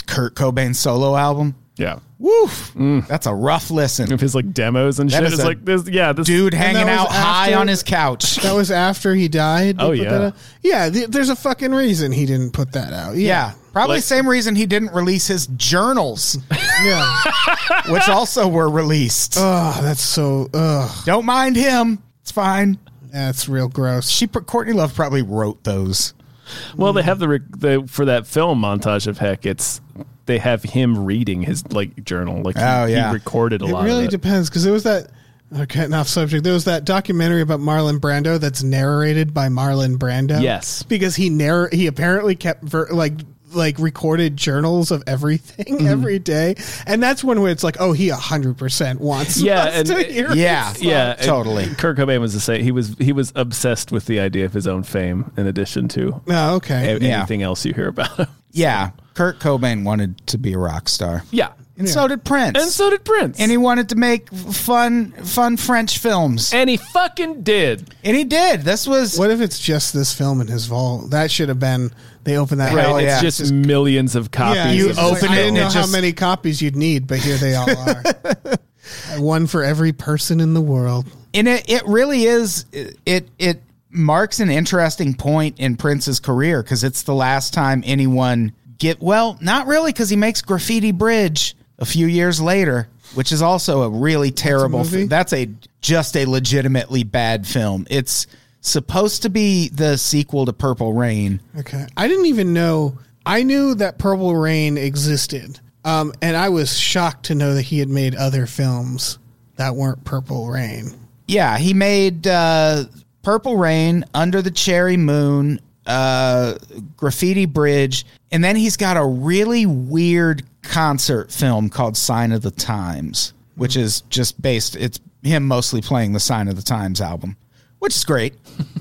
S4: Kurt Cobain solo album?
S2: Yeah,
S4: Woof,
S2: Hmm.
S4: that's a rough listen.
S2: of his like demos and
S4: That
S2: shit.
S4: is
S2: It's
S4: a
S2: like this. Yeah, this
S4: Dude
S3: that
S4: hanging
S3: was
S4: out high
S3: after-
S4: on his couch.
S3: that was after he died. they
S2: Oh,
S3: put
S2: yeah.
S3: that out. yeah. th- there's a fucking reason he didn't put that out.
S4: Yeah,
S3: Yeah,
S4: probably
S2: Like-
S4: same reason he didn't release his journals,
S3: yeah.
S4: which also were released.
S3: oh, that's so. Ugh,
S4: Don't mind him. It's fine.
S3: that's real gross.
S4: She, Courtney Love, probably wrote those.
S2: Well, they have the, rec- the for that film montage of heck. It's they have him reading his like journal. Like he,
S4: Oh, yeah.
S2: he recorded a
S3: It
S2: lot.
S3: really
S2: of it.
S3: depends because there was that. Okay, off subject. There was that documentary about Marlon Brando that's narrated by Marlon Brando.
S2: Yes.
S3: because he narr- he apparently kept ver- like like recorded journals of everything
S2: Mm-hmm.
S3: every day, and that's one where it's like, oh, he hundred percent wants
S2: Yeah,
S3: us
S2: and-
S3: to hear
S4: Yeah,
S3: his
S2: yeah,
S4: Fuck, totally.
S2: and Kurt Cobain was the same. He was he was obsessed with the idea of his own fame, in addition to
S3: Oh,
S2: a-
S3: okay.
S4: Yeah.
S2: anything else you hear about him.
S4: Yeah, Kurt Cobain wanted to be a rock star,
S2: yeah,
S4: and so did Prince,
S2: and so did Prince,
S4: and he wanted to make fun, fun French films.
S2: and he fucking did.
S4: And he did. This was
S3: What if it's just this film in his vault? That should have been. They open that.
S4: Right,
S3: up.
S4: Oh,
S2: it's
S4: yeah.
S2: just, millions of copies.
S3: Yeah,
S4: you
S3: it's just like,
S4: open
S3: I
S4: it
S3: didn't
S4: and
S3: know
S4: it
S3: how
S4: just-
S3: many copies you'd need, but here they all are. One for every person in the world.
S4: and it, it really is it it marks an interesting point in Prince's career cuz it's the last time anyone get well, not really cuz he makes Graffiti Bridge a few years later, which is also a really terrible
S3: movie?
S4: film. That's a just a legitimately bad film. It's supposed to be the sequel to Purple Rain.
S3: Okay, I didn't even know. I knew that Purple Rain existed, um, and I was shocked to know that he had made other films that weren't Purple Rain.
S4: Yeah, he made uh, Purple Rain, Under the Cherry Moon, uh, Graffiti Bridge, and then he's got a really weird concert film called Sign of the Times, which is just based. It's him mostly playing the Sign of the Times album, which is great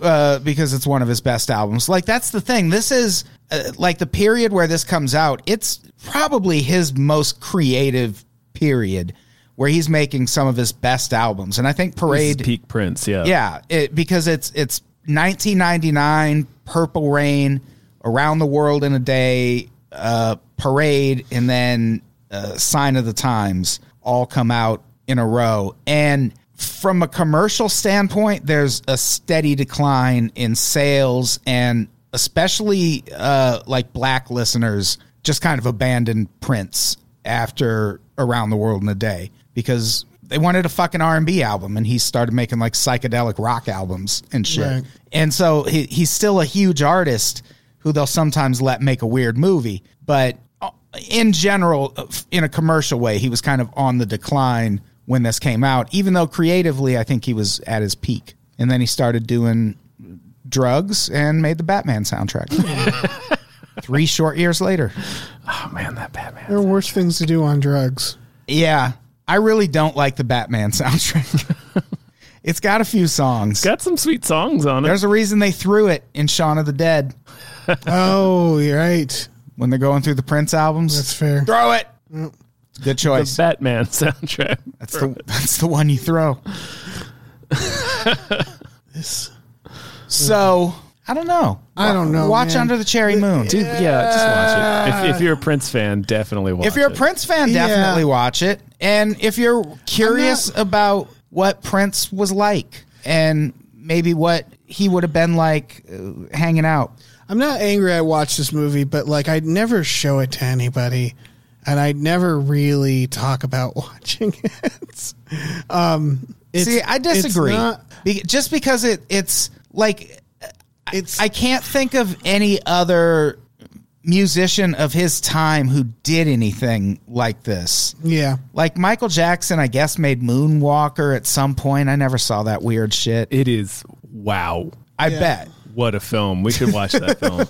S4: uh, because it's one of his best albums. Like that's the thing. This is uh, like the period where this comes out. It's probably his most creative period. Where he's making some of his best albums, and I think Parade
S2: Peak Prince, yeah,
S4: yeah, it, because it's it's 1999, Purple Rain, Around the World in a Day, uh, Parade, and then uh, Sign of the Times all come out in a row. And from a commercial standpoint, there's a steady decline in sales, and especially uh, like black listeners just kind of abandoned Prince after Around the World in a Day because they wanted a fucking R&B album and he started making like psychedelic rock albums and shit.
S3: Right.
S4: And so he, he's still a huge artist who they'll sometimes let make a weird movie, but uh, in general uh, in a commercial way he was kind of on the decline when this came out even though creatively I think he was at his peak. And then he started doing drugs and made the Batman soundtrack. 3 short years later.
S2: Oh man, that Batman.
S3: There are worse things to do on drugs.
S4: Yeah, I really don't like the Batman soundtrack. it's got a few songs.
S2: Got some sweet songs on it.
S4: There's a reason they threw it in Shaun of the Dead
S3: Oh, you're right.
S4: when they're going through the Prince albums.
S3: That's fair.
S4: throw it. Good
S2: Mm. the
S4: choice.
S2: Batman soundtrack.
S4: that's the that's the one you throw.
S3: This-
S4: So I don't know.
S3: I don't know,
S4: Watch
S3: man.
S4: Under the Cherry Moon.
S2: Dude, yeah, just watch it. If, if you're a Prince fan, definitely watch.
S4: if you're a
S2: it.
S4: Prince fan,
S3: Yeah.
S4: definitely watch it. And if you're curious about what Prince was like and maybe what he would have been like uh, hanging out
S3: I'm not angry I watched this movie, but like I'd never show it to anybody and I'd never really talk about watching it. Um it's-
S4: See, I
S3: it's
S4: disagree.
S3: not-
S4: Be- just because it it's like
S3: It's
S4: I can't think of any other musician of his time who did anything like this.
S3: yeah.
S4: Like Michael Jackson, I guess, made Moonwalker at some point. I never saw that weird shit.
S2: It is wow.
S4: I bet.
S2: What a film. We should watch that film.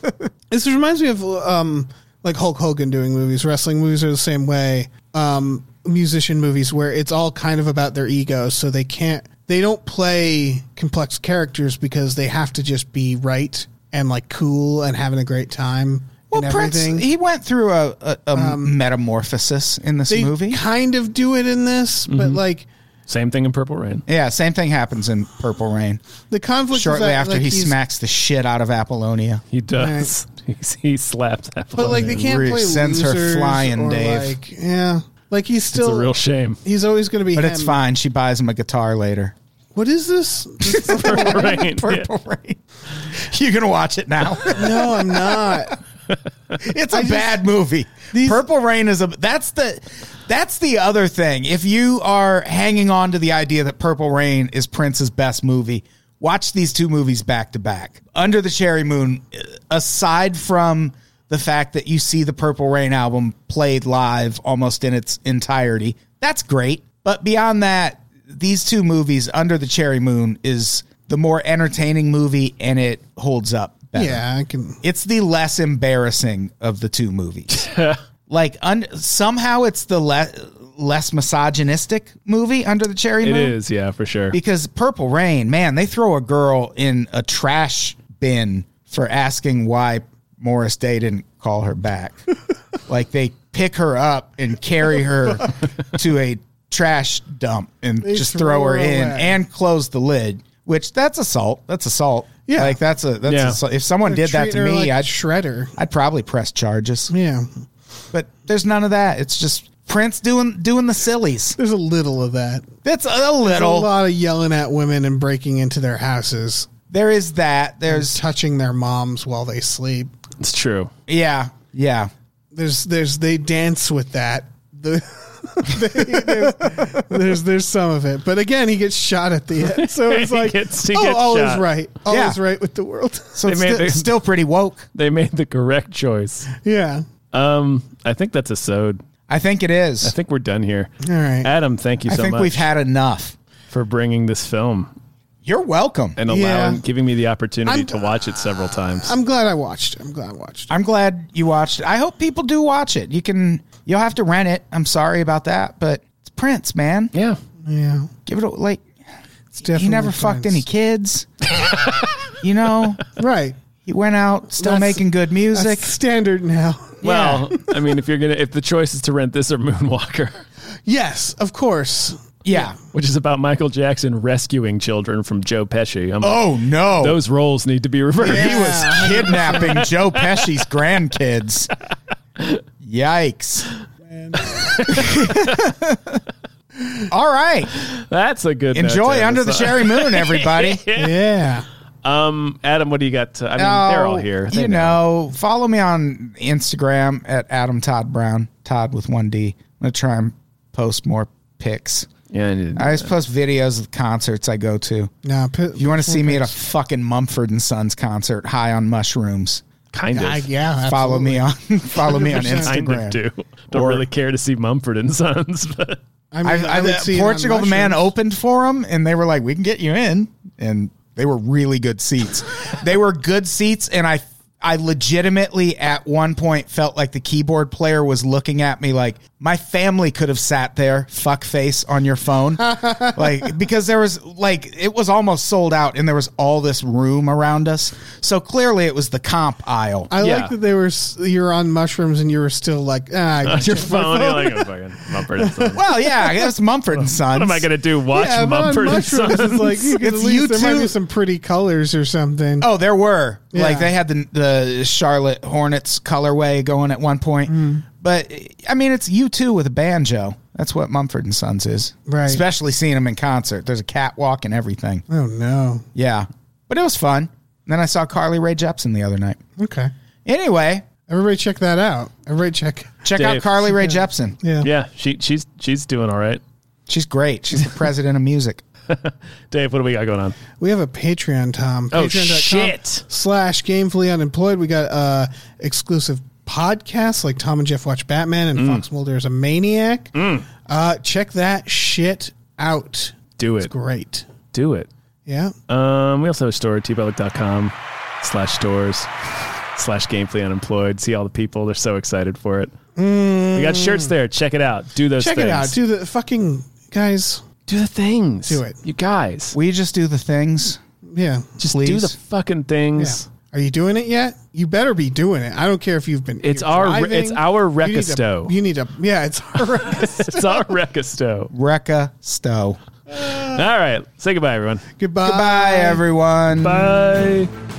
S3: This reminds me of um, like Hulk Hogan doing movies. Wrestling movies are the same way. Um, musician movies where it's all kind of about their egos, so they can't they don't play complex characters because they have to just be right and like cool and having a great time
S4: Well,
S3: and
S4: Prince,
S3: everything. Um,
S4: he went through a, a, a metamorphosis in this
S3: they
S4: movie. Mm-hmm.
S3: kind of do it in this, but like
S2: Same thing in Purple Rain.
S4: Yeah, same thing happens in Purple Rain.
S3: the conflict is
S4: Shortly
S3: that,
S4: after
S3: like,
S4: he
S3: he's-
S4: smacks the shit out of Apollonia.
S2: He does. He, he slaps that.
S3: But like they can't
S4: Really
S3: play
S4: sends her
S3: losers
S4: flying,
S3: or,
S4: Dave.
S3: Like, yeah, like he's
S2: It's a
S3: still
S2: real shame.
S3: he's always going to be.
S4: But it's
S3: him.
S4: fine. She buys him a guitar later.
S3: What is this?
S2: Purple Rain. yeah.
S4: Purple Rain. You're gonna watch it now.
S3: No, I'm not.
S4: It's a bad movie.
S3: These-
S4: Purple Rain is a that's the that's the other thing. If you are hanging on to the idea that Purple Rain is Prince's best movie, watch these two movies back to back. Under the Cherry Moon, uh, aside from the fact that you see the Purple Rain album played live almost in its entirety, that's great. But beyond that, these two movies, Under the Cherry Moon, is the more entertaining movie and it holds up better
S3: Yeah, I can.
S4: it's the less embarrassing of the two movies. like un- somehow it's the le- less misogynistic movie under the cherry
S2: It
S4: moon
S2: is, yeah, for sure.
S4: because Purple Rain, man, they throw a girl in a trash bin for asking why Morris Day didn't call her back. like they pick her up and carry her to a trash dump and just throw,
S3: throw
S4: her
S3: her
S4: in
S3: away.
S4: and close the lid, which that's assault. That's assault.
S3: Yeah.
S4: Like that's a that's
S2: Yeah.
S4: assault. if someone did that
S3: Treat
S4: to
S3: her
S4: me,
S3: like
S4: I'd
S3: shredder.
S4: I'd probably press charges.
S3: Yeah,
S4: But there's none of that. It's just Prince doing doing the sillies.
S3: there's a little of that.
S4: That's a
S3: A
S4: little.
S3: lot of yelling at women and breaking into their houses,
S4: There is that. There's
S3: touching their moms while they sleep.
S2: It's true.
S4: yeah, yeah.
S3: There's there's they dance with that. The, they, there's, there's there's some of it, but again, he gets shot at the end. So it's
S2: He
S3: like,
S2: gets- he
S3: oh,
S2: gets
S3: all
S2: shot.
S3: is right, all
S4: Yeah.
S3: is right with the world.
S4: So it's
S2: They made
S4: sti-
S2: the-
S4: still pretty woke.
S2: They made the correct choice.
S3: yeah,
S2: Um, I think that's a sode.
S4: I think it is. I
S2: I
S4: think,
S2: think we're done here.
S3: all right.
S2: Adam, thank you so much
S4: we've had enough.
S2: for bringing this film
S4: You're welcome.
S2: and allowing
S3: Yeah.
S2: giving me the opportunity
S3: I'm-
S2: to watch it several times.
S3: I'm glad I watched. I'm glad I watched.
S4: I'm glad you watched it. I hope people do watch it. You can. You'll have to rent it. I'm sorry about that, but it's Prince, man.
S2: yeah.
S3: Yeah,
S4: Give it a like.
S3: it's definitely
S4: He never fucked
S3: Prince.
S4: any kids. you know,
S3: Right,
S4: he went out still
S3: That's-
S4: making good
S3: that's
S4: music.
S3: standard now.
S2: Well, I mean, if you're gonna, if the choice is to rent this or Moonwalker,
S3: Yes, of course.
S4: Yeah.
S2: which is about Michael Jackson rescuing children from Joe Pesci, I'm like,
S4: Oh no.
S2: those roles need to be reversed.
S4: He was kidnapping Joe Pesci's grandkids. Yikes. All right.
S2: That's a good. note to
S4: Enjoy
S2: end
S4: Under the
S2: this on.
S4: Cherry Moon, everybody.
S3: Yeah.
S2: Um, Adam, what do you got? To, I mean, they're all
S4: Oh,
S2: here. They
S4: You know, follow me on Instagram at Adam Todd Brown, Todd with one D. I'm going to try and post more pics.
S2: Yeah, I need to do
S4: I always post videos of concerts I go to.
S3: No, p-
S4: If you want to see me at a fucking Mumford and Sons concert, high on mushrooms,
S2: that. kind of.
S3: I, yeah,
S4: follow me on follow me on
S3: 100%.
S4: Instagram.
S2: kind of do. Don't
S4: Or-
S2: really care to see Mumford and Sons, but
S3: I, mean,
S4: I, I, uh,
S3: would see it on
S4: Portugal, the man
S3: mushrooms.
S4: opened for them, and they were like, "We can get you in," and they were really good seats. they were good seats, and I, I legitimately at one point felt like the keyboard player was looking at me like my family could have sat there, fuck face on your phone, like because there was like it was almost sold out, and there was all this room around us, so clearly it was the comp aisle.
S3: I
S2: Yeah.
S3: like that they were s- you were on mushrooms and you were still like ah, I
S2: your phone, you're like, oh, fucking Mumford and Sons.
S4: well, yeah, it was Mumford and Sons.
S2: What am I gonna do? Watch
S3: yeah, I'm on
S2: Mumford and
S3: mushrooms.
S2: Sons?
S3: It's like you could
S4: It's
S3: at least, there might
S4: YouTube.
S3: be some pretty colors or something.
S4: Oh, there were. Like
S3: Yeah.
S4: they had the the Charlotte Hornets colorway going at one point.
S3: Mm.
S4: But I mean, it's you two with a banjo. That's what Mumford and Sons is.
S3: Right.
S4: Especially seeing them in concert. There's a catwalk and everything.
S3: Oh, no.
S4: Yeah. But it was fun. And then I saw Carly Rae Jepsen the other night.
S3: Okay.
S4: Anyway,
S3: Everybody check that out. Everybody check.
S4: check out
S2: Dave.
S4: Carly Rae Jepsen.
S3: Yeah.
S2: yeah, she she's she's doing all right.
S4: She's great. She's the president of music.
S2: Dave, what do we got going on?
S3: We have a Patreon, Tom.
S2: Oh,
S3: Patreon.com
S2: shit.
S3: Slash gamefully unemployed. We got uh, exclusive podcasts like Tom and Jeff Watch Batman and Fox Mulder is a Maniac. Uh, check that shit out.
S2: Do
S3: It's
S2: it.
S3: great.
S2: Do it.
S3: Yeah.
S2: Um, we also have a store, tpublic.com slash stores slash gameplay unemployed. See all the people. They're so excited for it. We got shirts there. Check it out. Do those
S3: Check
S2: things.
S3: it out. Do the fucking guys.
S2: Do the things.
S3: Do it.
S2: You guys.
S4: We just do the things.
S3: Yeah.
S2: Just do
S4: please.
S2: the fucking
S3: Yeah.
S2: things.
S3: Are you doing it yet? You better be doing it. I don't care if you've been.
S2: It's
S3: you're
S2: our- it's our
S3: You need to-
S2: Rekisto.
S3: You need to. Yeah, it's our Rekisto.
S2: It's our Rekisto.
S4: Recca Stowe.
S2: All right. Say goodbye, everyone.
S3: Goodbye.
S4: Goodbye, everyone.
S2: Bye.